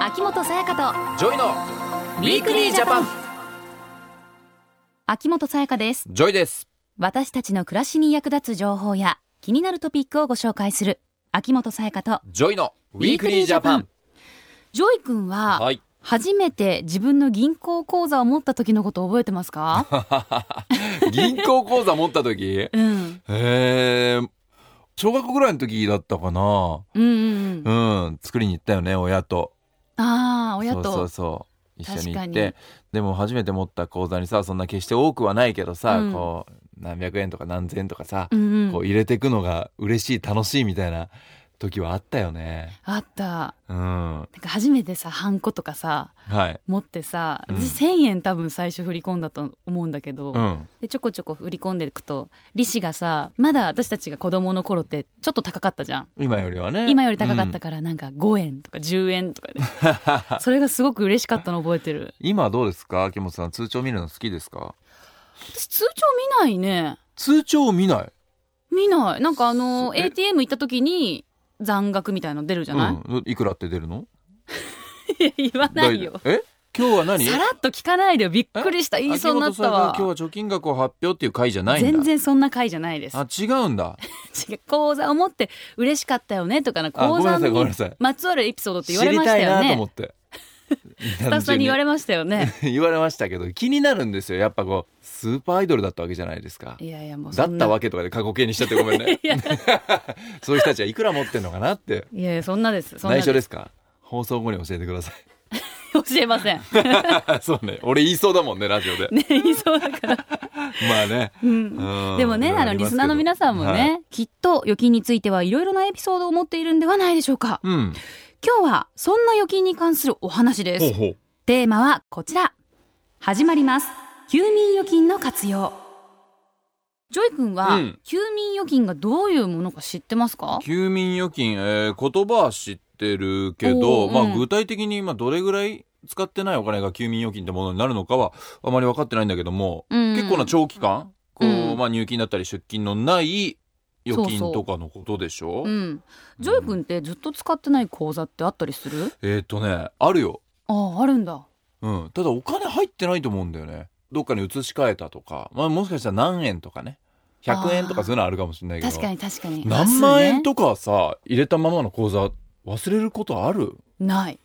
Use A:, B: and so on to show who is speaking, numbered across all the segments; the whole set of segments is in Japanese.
A: 秋元さやかと
B: ジョイのウィークリージャパン
A: 秋元さやかです
B: ジョイです
A: 私たちの暮らしに役立つ情報や気になるトピックをご紹介する秋元さやかと
B: ジョイのウィークリージャパン
A: ジョイ君は、
B: はい
A: 初めて自分の銀行口座を持った時のこと覚えてます か
B: 銀行口座持った時
A: うん
B: えー、小学校ぐらいの時だったかな
A: うんうんうん
B: うん作りに行ったよね親と
A: ああ親と
B: そうそうそう一緒に行
A: 確
B: っ
A: かに
B: てでも初めて持った口座にさそんな決して多くはないけどさ、
A: うん
B: こう何百円とか何千円とかさ、
A: うんうん
B: こう入れてくのが嬉しい楽しいみたいな時はあったよね
A: あった
B: うんは
A: なんか初めてさハンコとかさ
B: い
A: 持ってさ、
B: うん
A: 私1000円多分最初振り込んだと思うんだけど、
B: うん
A: でちょこちょこ振り込んでいくと利子がさまだ私たちが子供の頃ってちょっと高かったじゃん
B: 今よりはね
A: 今より高かった
B: うん
A: からなんか5円とか10円とかで それがすごく嬉しかったの覚えてる
B: 今はどうですか秋元さん通帳見るの好きですか
A: 私通帳見ないね
B: 通帳を見ない
A: 見ないなんかあ
B: そ
A: の
B: え
A: ATM 行った時に残額みたいの出るじゃない、
B: うん、いくらって出るの
A: いや 言わないよ
B: だえ今日は何
A: さらっと聞かないでよびっくりした言いそうになったわ
B: 秋元さんが今日は貯金額を発表っていう回じゃないんだ
A: 全然そんな回じゃないです
B: あ違うんだ
A: 違う講座を持って嬉しかったよねとかな
B: あご
A: 講
B: めんな
A: 座
B: さいごめん
A: に
B: なさい
A: まつわるエピソードって言わ
B: 知
A: れ
B: り
A: ました
B: い
A: よ
B: なと思
A: ね
B: って
A: スタッフさんに言われましたよね
B: 言われましたけど気になるんですよやっぱこうスーパーアイドルだったわけじゃないですか
A: いやいやもうそ
B: だっ
A: んな
B: たわけとかで過去形にしちゃってごめんね
A: いや
B: そういう人たちはいくら持ってんのかなって
A: いやいやそんなですそんな
B: 内緒
A: で
B: ですすか放送後に教えてください
A: 教えません
B: そうね俺言い そうだもんねラジオで
A: ね言いそうだから
B: まあね
A: うんでもね、あの、リスナーの皆さんもね、、きっと預金についてはいろいろなエピソードを持っているんではないでしょうか。
B: うんうん
A: 今日は、そんな預金に関するお話で
B: ほう
A: す。
B: ほう
A: テーマはこちら。始まります。休眠預金の活用。ジョイ君は、
B: うん
A: 休眠預金がどういうものか知ってますか
B: 休眠預金、えー言葉は知ってるけど、
A: おー
B: まあ
A: うん
B: 具体的に今どれぐらい使ってないお金が休眠預金ってものになるのかはあまり分かってないんだけども、
A: うん
B: 結構な長期間こう、
A: うん
B: まあ、入金だったり出金のない預金
A: そうそう
B: とかのことでしょ
A: うん。ジョイ君ってずっと使ってない口座ってあったりする
B: えーっ、とねあるよ、
A: ああ、あるんだ。
B: うん、ただお金入ってないと思うんだよねどっかに移し替えたとか、まあ、もしかしたら何円とかね100円とかそういうのはあるかもしれないけど
A: 確かに確かに。
B: 何万円
A: か
B: とかさ入れたままの口座忘れることある
A: ない。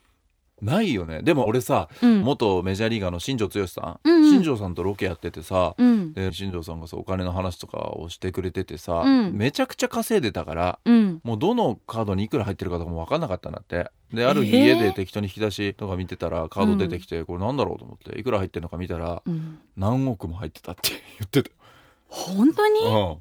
B: ないよねでも俺さ
A: うん。
B: 元メジャーリーガーの新庄剛志さん、
A: うんうん
B: 新庄さんとロケやっててさ、
A: うん。
B: で新庄さんがさお金の話とかをしてくれててさ、
A: うん
B: めちゃくちゃ稼いでたから
A: うん。
B: もうどのカードにいくら入ってるかとかも分かんなかったんだってである日
A: えー
B: 家で適当に引き出しとか見てたらカード出てきて、これなんだろうと思っていくら入ってるのか見たら
A: うん。
B: 何億も入ってたって言ってた、
A: 本当に
B: う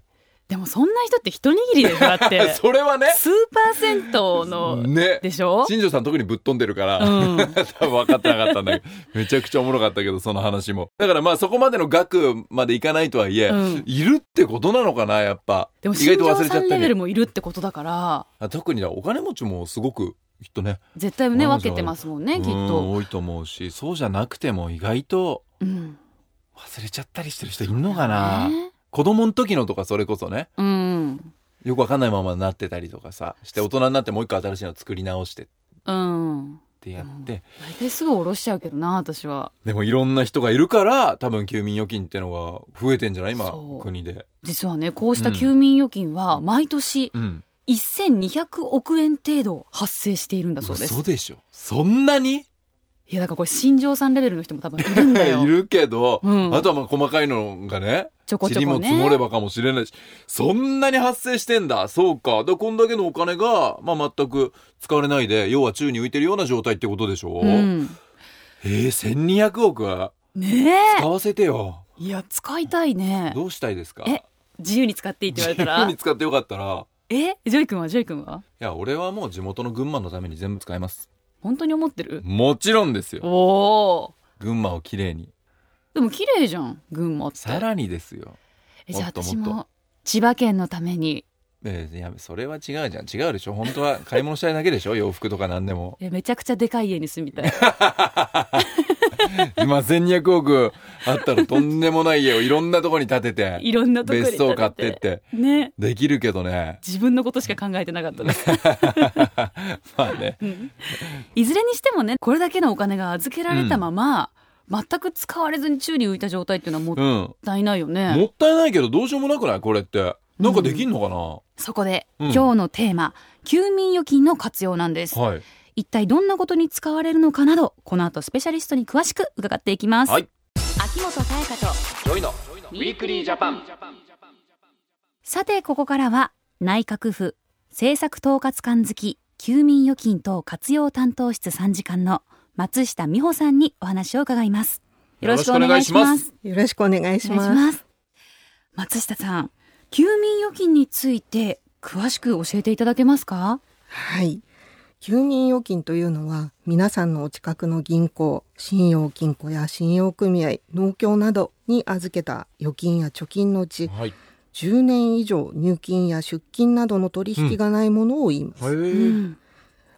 A: でもそんな人って一握りでしょだっ
B: ん、
A: て
B: それはね
A: 数パーセントの
B: ね
A: でしょ、
B: 新庄さん特にぶっ飛んでるから、
A: う ん、
B: 多分分かってなかったんだけどめちゃくちゃおもろかったけどその話もだからまあそこまでの額までいかないとはいえ、
A: うん
B: いるってことなのかなやっぱ
A: でも
B: 意
A: 新
B: 外と
A: 庄
B: 忘れち
A: さ
B: ゃっ
A: ん
B: た
A: レベ
B: り
A: ルもいるってことだから
B: あ特にだお金持ちもすごくきっとね
A: 絶対ね分けてますもんねきっ
B: うん
A: と、
B: 多いと思うしそうじゃなくても意外と
A: うん、
B: 忘れちゃったりしてる人いるのかな、
A: ね
B: 子供の時のとかそれこそね
A: うん
B: よくわかんないままになってたりとかさして大人になってもう一個新しいの作り直してっ
A: うん
B: てやって、
A: 大体すぐ下ろしちゃうけどな私は
B: でもいろんな人がいるから多分休眠預金ってのが増えてんじゃない今
A: そう
B: 国で。
A: 実はねこうした休眠預金は毎年
B: うん
A: 1200億円程度発生しているんだそうです
B: 嘘でしょそんなに
A: いやだからこれ新庄さんレベルの人も多分いるんだよ
B: いるけど、
A: うん
B: あとはまあ細かいのがね
A: ちょこちょ
B: 塵
A: こ
B: も
A: ね
B: 積もればかもしれないしそんなに発生してんだそうかでこんだけのお金が、まあ、全く使われないで要は宙に浮いてるような状態ってことでしょ、
A: うん、
B: えー、1200億は
A: ね
B: 使わせてよ
A: えいや使いたいね
B: どうしたいですか
A: え自由に使っていいって言われ た
B: 自由
A: ら
B: に使ってよかったら
A: えジョイ君はジョイ君はい
B: や俺はもう地元の群馬のために全部使います
A: 本当に思ってる
B: もちろんですよ
A: おお
B: 群馬をきれいに
A: でも綺麗じゃん群馬って
B: さらにですよ
A: えじゃあ
B: もっともっ
A: 私
B: と
A: も千葉県のために
B: えーいやそれは違うじゃん違うでしょ本当は買い物したいだけでしょ洋服とか何でも
A: えめちゃくちゃでかい家に住みたい
B: 今1200億あったらとんでもない家をいろんなとこに建てて、
A: いろんなところ
B: 別荘を買ってって、
A: ね
B: できるけどね。
A: 自分のことしか考えてなかったです、
B: まあね。
A: うんいずれにしてもねこれだけのお金が預けられたまま、全く使われずに宙に浮いた状態っていうのはもっ
B: うん。も
A: たいないよね、
B: ったいないけどどうしようもなくないこれって。なんかできんのかな、
A: そこで、
B: うん
A: 今日のテーマ休眠預金の活用なんです、
B: はい。
A: 一体どんなことに使われるのかなどこの後スペシャリストに詳しく伺っていきます、
B: はい
A: 秋元彩香と
B: ジョイの。
C: ウィークリージャパン
A: さてここからは内閣府政策統括官付き休眠預金等活用担当室参事官の松下美穂さんにお話を伺いますよろしくお願いします
D: よろしくお願いします。
A: す。松下さん、休眠預金について詳しく教えていただけますか？
D: はい。休眠預金というのは、皆さんのお近くの銀行、信用金庫や信用組合、農協などに預けた預金や貯金のうち、
B: はい。
D: 10年以上入金や出金などの取引がないものを言います。
B: へえ、
A: うん、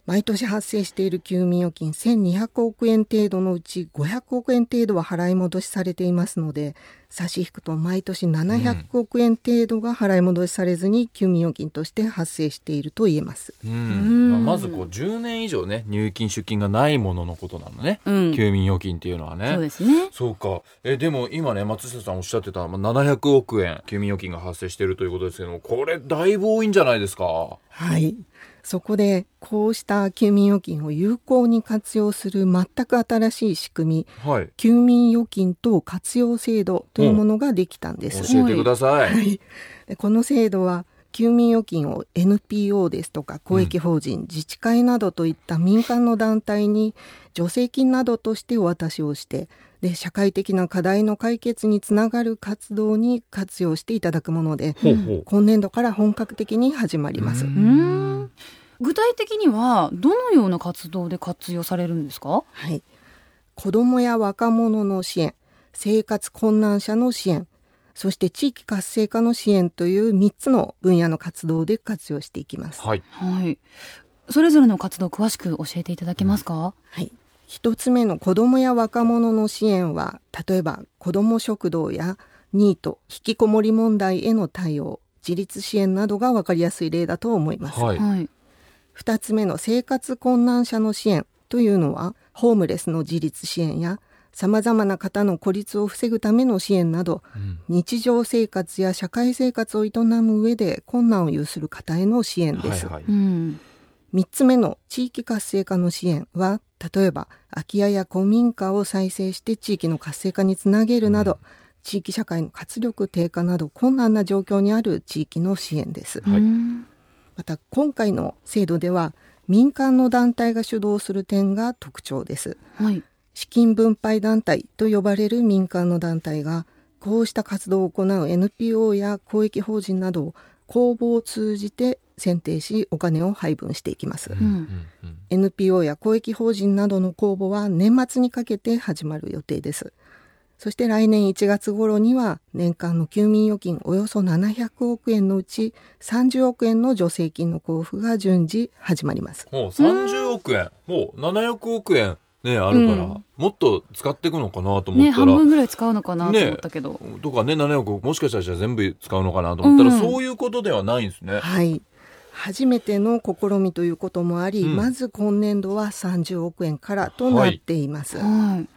D: 毎年発生している休眠預金1200億円程度のうち500億円程度は払い戻しされていますので差し引くと毎年700億円程度が払い戻しされずに休眠預金として発生していると言えます。
B: うん
A: ん
B: まあまずこう10年以上ね入金出金がないもののことなのね、
A: うん
B: 休眠預金っていうのはね
A: そうですね。
B: そうかえでも今ね松下さんおっしゃってた、まあ、700億円休眠預金が発生しているということですけどもこれだいぶ多いんじゃないですか
D: はい。そこでこうした休眠預金を有効に活用する全く新しい仕組み
B: はい
D: 休眠預金等活用制度というものができたんです。
B: 教えてください、
D: でこの制度は休眠預金を NPO ですとか公益法人、自治会などといった民間の団体に助成金などとしてお渡しをしてで社会的な課題の解決につながる活動に活用していただくもので
B: ほうほう
D: 今年度から本格的に始まります。
A: うーん。具体的にはどのような活動で活用されるんですか？
D: はい、子どもや若者の支援生活困難者の支援そして地域活性化の支援という3つの分野の活動で活用していきます。
B: はい
A: はい。それぞれの活動詳しく教えていただけますか？
D: はい。一つ目の子どもや若者の支援は、例えば子ども食堂やニート、引きこもり問題への対応、自立支援などが分かりやすい例だと思います。
B: はい、
A: はい。
D: 二つ目の生活困難者の支援というのは、ホームレスの自立支援や、様々な方の孤立を防ぐための支援など、
B: うん
D: 日常生活や社会生活を営む上で困難を有する方への支援です。
B: はいはい
A: うん。
D: 3つ目の地域活性化の支援は例えば空き家や古民家を再生して地域の活性化につなげるなど、地域社会の活力低下など困難な状況にある地域の支援です、
B: はい
A: うん
D: また今回の制度では民間の団体が主導する点が特徴です
A: はい。
D: 資金分配団体と呼ばれる民間の団体がこうした活動を行う NPO や公益法人などを公募を通じて選定しお金を配分していきます、
A: う。
B: うんんうん、
D: NPO や公益法人などの公募は年末にかけて始まる予定です。そして来年1月頃には年間の休眠預金およそ700億円のうち30億円の助成金の交付が順次始まります。
B: もう30億円もう700億円ねあるから、
A: うん
B: もっと使っていくのかなと思
A: ね
B: った
A: 半
B: ら、
A: 分ぐらい使うのかなと
B: ね
A: 思ったけど。
B: とかね700億もしかしたら全部使うのかなと思ったら、
A: うん
B: そういうことではないんですね、
D: はい。初めての試みということもあり、
B: うん
D: まず今年度は30億円からとなっています。
A: はい。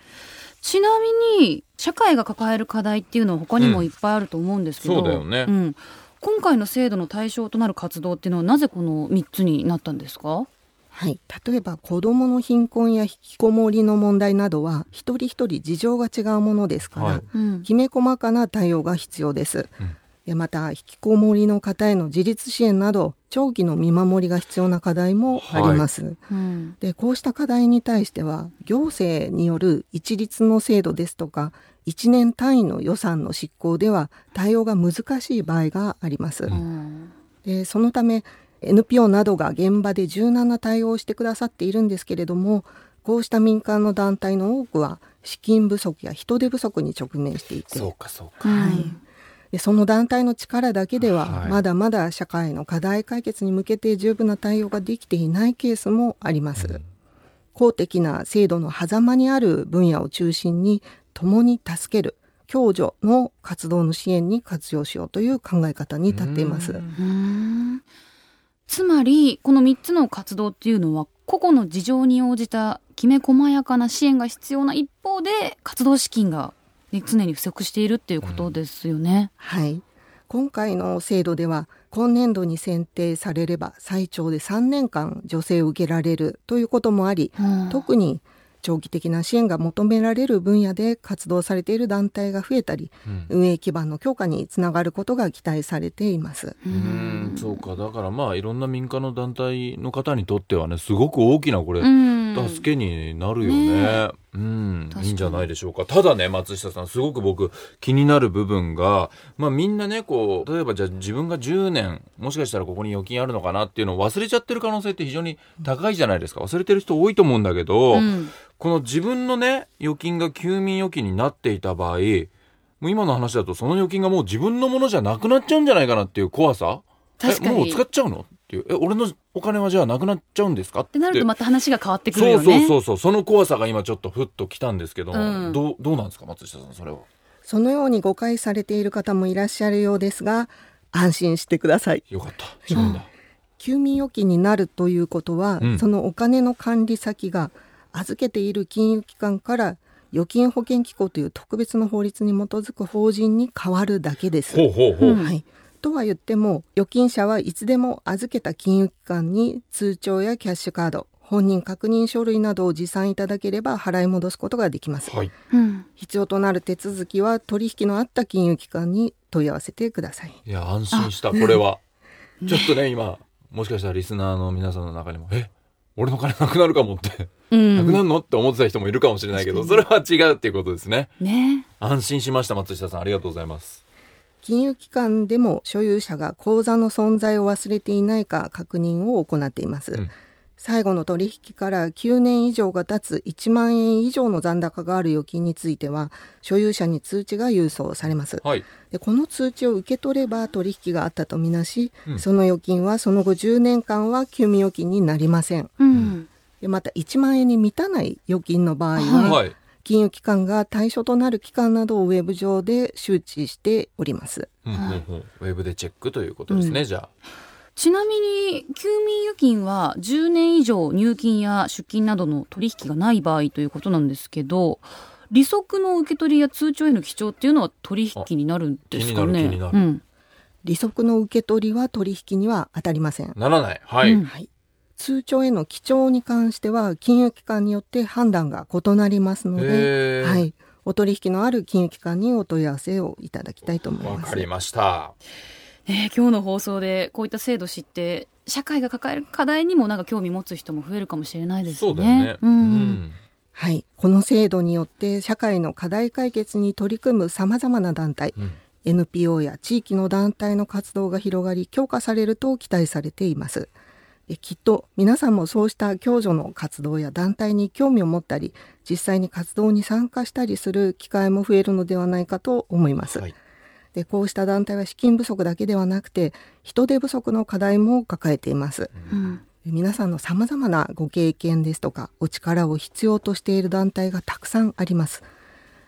A: ちなみに社会が抱える課題っていうのは他にもいっぱいあると思うんですけど、
B: うんそうだよね
A: うん今回の制度の対象となる活動っていうのはなぜこの三つになったんですか？
D: はい、例えば子どもの貧困や引きこもりの問題などは一人一人事情が違うものですから、
B: はい
A: うん
D: きめ細かな対応が必要です、
B: うん
D: でまた引きこもりの方への自立支援など長期の見守りが必要な課題もあります、
A: うん
D: でこうした課題に対しては行政による一律の制度ですとか1年単位の予算の執行では対応が難しい場合があります、
A: うん
D: でそのため NPO などが現場で柔軟な対応をしてくださっているんですけれどもこうした民間の団体の多くは資金不足や人手不足に直面していて
B: そうかそうか
D: でその団体の力だけでは
B: はい
D: まだまだ社会の課題解決に向けて十分な対応ができていないケースもあります。公的な制度の狭間にある分野を中心に共に助ける共助の活動の支援に活用しようという考え方に立っています。
A: うーんつまりこの3つの活動っていうのは個々の事情に応じたきめ細やかな支援が必要な一方で活動資金が、ね、常に不足しているっていうことですよね。
D: はい。今回の制度では、今年度に選定されれば最長で3年間助成を受けられるということもあり、
A: うん
D: 特に長期的な支援が求められる分野で活動されている団体が増えたり、
B: うん
D: 運営基盤の強化につながることが期待されています。
A: う
B: うんんそうかだからまあいろんな民間の団体の方にとってはねすごく大きなこれ、
A: うん
B: 助けになるよ
A: ね
B: ね。うん
A: 確、かに
B: いいんじゃないでしょうか。ただね、松下さん、すごく僕気になる部分が、まあみんなね、こう、例えばじゃあ自分が10年、もしかしたらここに預金あるのかなっていうのを忘れちゃってる可能性って非常に高いじゃないですか。忘れてる人多いと思うんだけど、
A: うん
B: この自分のね、預金が休眠預金になっていた場合、もう今の話だとその預金がもう自分のものじゃなくなっちゃうんじゃないかなっていう怖さ。
A: 確か
B: え、もう
A: に
B: 使っちゃうのっていう。え、俺のお金はじゃあなくなっちゃうんですかっ
A: ってなるとまた話が変わってくるよね。
B: そうそうそうそうその怖さが今ちょっとふっときたんですけど、
A: うん
B: どうどうなんですか松下さんそれは
D: そのように誤解されている方もいらっしゃるようですが、安心してください。
B: よかったそうなんだ、
D: 休眠預金になるということは、
B: うん
D: そのお金の管理先が預けている金融機関から預金保険機構という特別の法律に基づく法人に変わるだけです。
B: ほうほうほう、
A: うん
D: はい、とは言っても預金者はいつでも預けた金融機関に通帳やキャッシュカード本人確認書類などを持参いただければ払い戻すことができます。
B: はい
A: うん
D: 必要となる手続きは取引のあった金融機関に問い合わせてください。
B: いや安心したこれは、ちょっとね今もしかしたらリスナーの皆さんの中にもえ俺の金なくなるかもって、
A: うん
B: なくなるのって思ってた人もいるかもしれないけどそれは違うっていうことですね
A: ね
B: 安心しました松下さんありがとうございます
D: 金融機関でも所有者が口座の存在を忘れていないか確認を行っています、
B: うん
D: 最後の取引から9年以上が経つ1万円以上の残高がある預金については所有者に通知が郵送されます
B: はい
D: でこの通知を受け取れば取引があったとみなし、
B: うん
D: その預金はその後10年間は休眠預金になりません
A: うん
D: でまた1万円に満たない預金の場合は、
B: はい
D: 金融機関が対象となる期間などをウェブ上で周知しております
B: うんうんうんウェブでチェックということですね、じゃあ
A: ちなみに休眠預金は10年以上入金や出金などの取引がない場合ということなんですけど利息の受け取りや通帳への記帳っていうのは取引になるんですかね
B: あ気になる気
A: う
B: に
A: ん
D: 利息の受け取りは取引には当たりません。
B: ならないはい、
A: うん
D: はい。通帳への記帳に関しては、金融機関によって判断が異なりますので、
B: へー
D: はい。お取引のある金融機関にお問い合わせをいただきたいと思い
B: わ
D: ます。
B: かりました
A: ねえ今日の放送でこういった制度知って社会が抱える課題にもなんか興味持つ人も増えるかもしれないですね
B: そうだよね、
A: うん
D: はい。この制度によって、社会の課題解決に取り組む様々な団体、
B: うん
D: NPO や地域の団体の活動が広がり強化されると期待されていますえきっと皆さんもそうした共助の活動や団体に興味を持ったり実際に活動に参加したりする機会も増えるのではないかと思います、
B: はい
D: でこうした団体は資金不足だけではなくて人手不足の課題も抱えています
A: うん
D: 皆さんの様々なご経験ですとかお力を必要としている団体がたくさんあります。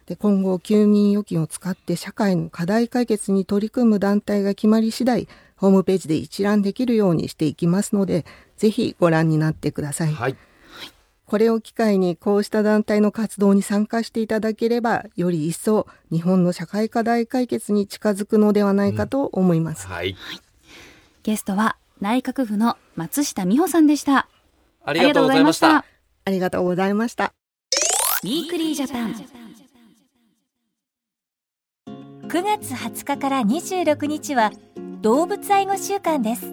D: で今後休眠預金を使って社会の課題解決に取り組む団体が決まり次第ホームページで一覧できるようにしていきますのでぜひご覧になってください。
B: はい
D: これを機会にこうした団体の活動に参加していただければより一層日本の社会課題解決に近づくのではないかと思います。
B: はい。
A: ゲストは内閣府の松下美穂さんでした
B: あ
A: あ
B: りがとうございました。
D: ありがとうございました。
A: ウィークリージャパン
C: 9月20日から26日は動物愛護週間です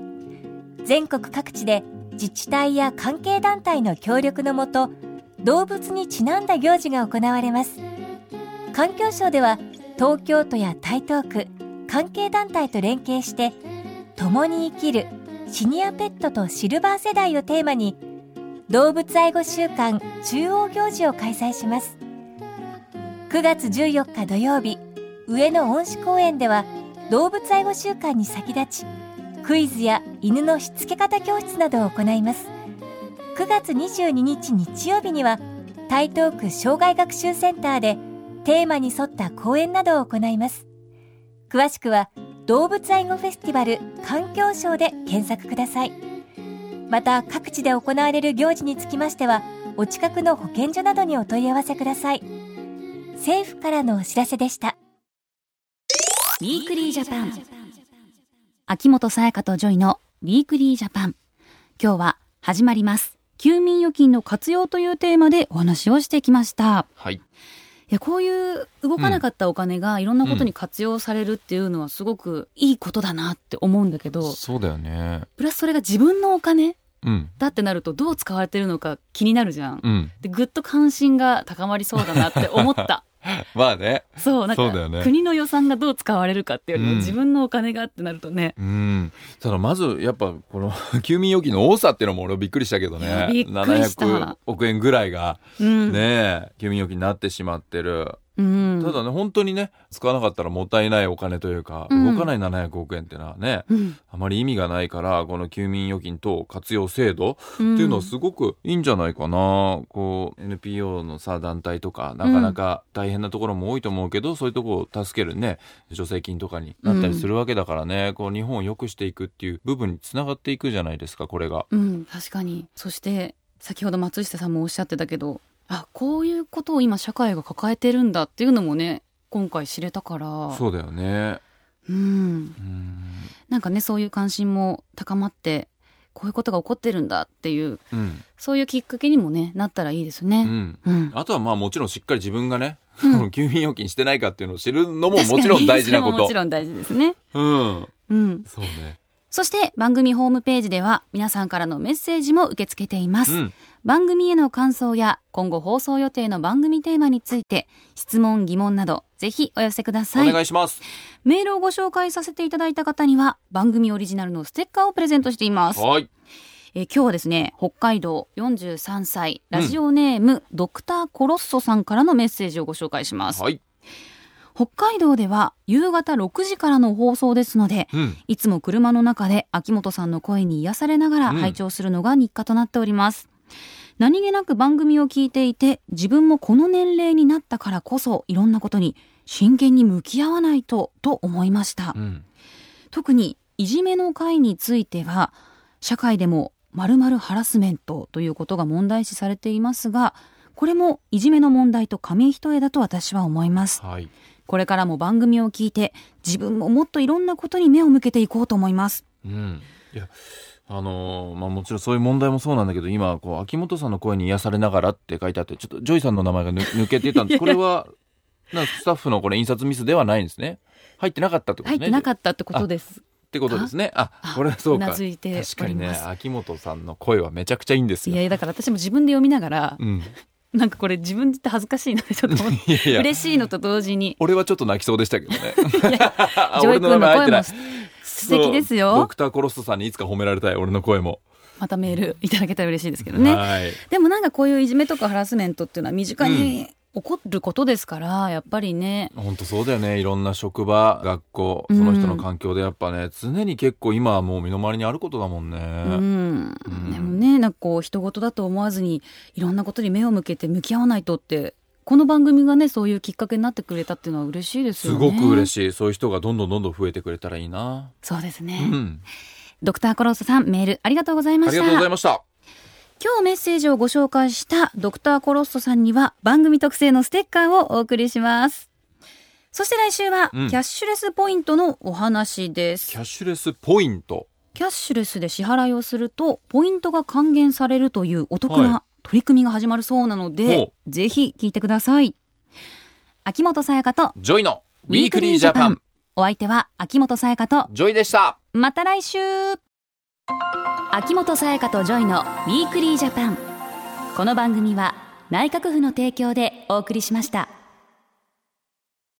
C: 全国各地で自治体や関係団体の協力のもと動物にちなんだ行事が行われます環境省では東京都や台東区関係団体と連携して共に生きるシニアペットとシルバー世代をテーマに動物愛護週間中央行事を開催します9月14日土曜日上野恩賜公園では動物愛護週間に先立ちクイズや犬のしつけ方教室などを行います9月22日日曜日には台東区障害学習センターでテーマに沿った講演などを行います詳しくは動物愛護フェスティバル環境省で検索くださいまた各地で行われる行事につきましてはお近くの保健所などにお問い合わせください政府からのお知らせでした
A: ウィークリージャパン。秋元才加とジョイのウィークリージャパン。今日は始まります。休眠預金の活用というテーマでお話をしてきました。
B: はい。
A: いや、こういう動かなかったお金がいろんなことに活用されるっていうのはすごくいいことだなって思うんだけど、
B: そうだよね。
A: プラスそれが自分のお金
B: うん。
A: だってなるとどう使われてるのか気になるじゃん。
B: うん。
A: で、ぐっと関心が高まりそうだなって思 った。
B: まあね。
A: そう、なんか
B: そうだよね
A: 国の予算がどう使われるかっていうより
B: うん
A: も自分のお金がってなるとね、
B: うん。ただまず、やっぱ、この、 休眠預金の多さっていうのも俺はびっくりしたけど
A: いや
B: ね。
A: びっくりした
B: 700億円ぐらいが、
A: うん。
B: ねえ、休眠預金になってしまってる。
A: うん。
B: ただね、本当にね、使わなかったらもったいないお金というか、
A: うん
B: 動かない700億円ってのはね、
A: うん、
B: あまり意味がないから、この休眠預金等活用制度
A: って
B: っていうのはすごくいいんじゃないかな、こう NPO のさ団体とかなかなか大変なところも多いと思うけど、そういうところを助けるね助成金とかになったりするわけだからね、こう日本を良くしていくっていう部分につながっていくじゃないですかこれが。
A: うん、確かにそして先ほど松下さんもおっしゃってたけどあこういうことを今社会が抱えてるんだっていうのもね今回知れたから
B: そうだよね。
A: うん、
B: うん
A: なんかねそういう関心も高まってこういうことが起こってるんだっていう
B: うん
A: そういうきっかけにもねなったらいいです
B: う
A: ね。
B: ん
A: うん
B: あとはまあもちろんしっかり自分がね、
A: うん
B: この休眠預金してないかっていうのを知るのももちろん大事な こ
A: 確かにそれもも
B: と
A: ち。ろん大事ですね。
B: うん。
A: うん、
B: そうね。
A: そして番組ホームページでは皆さんからのメッセージも受け付けています。
B: うん。
A: 番組への感想や今後放送予定の番組テーマについて質問疑問などぜひお寄せくださ
B: お
A: い
B: 願いします。
A: メールをご紹介させていただいた方には番組オリジナルのステッカーをプレゼントしています、
B: はい。
A: えー今日はですね北海道43歳ラジオネーム、ドクターコロッソさんからのメッセージをご紹介します、
B: はい。
A: 北海道では夕方6時からの放送ですので
B: うん。
A: いつも車の中で秋元さんの声に癒されながら
B: うん
A: 拝聴するのが日課となっております。何気なく番組を聞いていて、自分もこの年齢になったからこそ、いろんなことに真剣に向き合わないと、と思いました
B: う。ん。
A: 特に、いじめの会については、社会でも〇〇ハラスメントということが問題視されていますが、これもいじめの問題と紙一重だと私は思います。
B: はい。
A: これからも番組を聞いて、自分ももっといろんなことに目を向けていこうと思います。
B: うん、いやあのーまあ、もちろんそういう問題もそうなんだけど今こう秋元さんの声に癒されながらって書いてあってちょっとジョイさんの名前がぬ抜 けてたんですこれはなんかスタッフのこれ印刷ミスではないんですね入ってなかったってこと
A: 入っ
B: ね
A: てなかったってことです。
B: ってことですねあ
A: あ
B: これはそうか
A: うなずいております
B: 確かにね秋元さんの声はめちゃくちゃいいんです
A: い
B: よ
A: やいやだから私も自分で読みながら、
B: うん、
A: なんかこれ自分って恥ずかしいなってちょっと思って
B: いやいや
A: 嬉しいのと同時に
B: 俺はちょっと泣きそうでしたけどねあ
A: ジョイ
B: 俺
A: 君の
B: 入っ
A: 声
B: てな
A: も
B: い
A: 素敵です
B: そうド
A: よ
B: ク。ターコロストさんにいつか褒められたい俺の声も、
A: またメールいただけたら嬉しいですけどね。
B: はい
A: でもなんかこういういじめとかハラスメントっていうのは身近に起こることですから、やっぱりね。
B: 本当そうだよねいろんな職場学校その人の環境でやっぱね、常に結構今はもう身の回りにあることだもんね、
A: うん、
B: うん
A: でもねなんかこう人事だと思わずにいろんなことに目を向けて向き合わないとってこの番組がねそういうきっかけになってくれたっていうのは嬉しいです
B: す
A: よね
B: ごく嬉
A: い
B: しいそういう人がどんどんどんどん増えてくれたらいいな、
A: そうです
B: う
A: ね、
B: ん、
A: ドクターコロッソさんメールありがとうござい
B: あ
A: ま
B: り
A: し
B: がとうござい
A: た
B: ました
A: 今日メッセージをご紹介したドクターコロッソさんには番組特製のステッカーをお送りしますそして来週はキ
B: うん
A: ャッシュレスポイントのお話です、
B: キャッシュレスポイント
A: キャッシュレスで支払いをするとポイントが還元されるというお得
B: は
A: な取り組みが始まるそうなので、
B: ほ
A: ぜひ聞いてください秋元さやかと
B: ジョイのウィークリージャパン
A: お相手は秋元さやかと
B: ジョイでした
A: また来週秋元才加とジョイのウィークリージャパンこの番組は内閣府の提供でお送りしました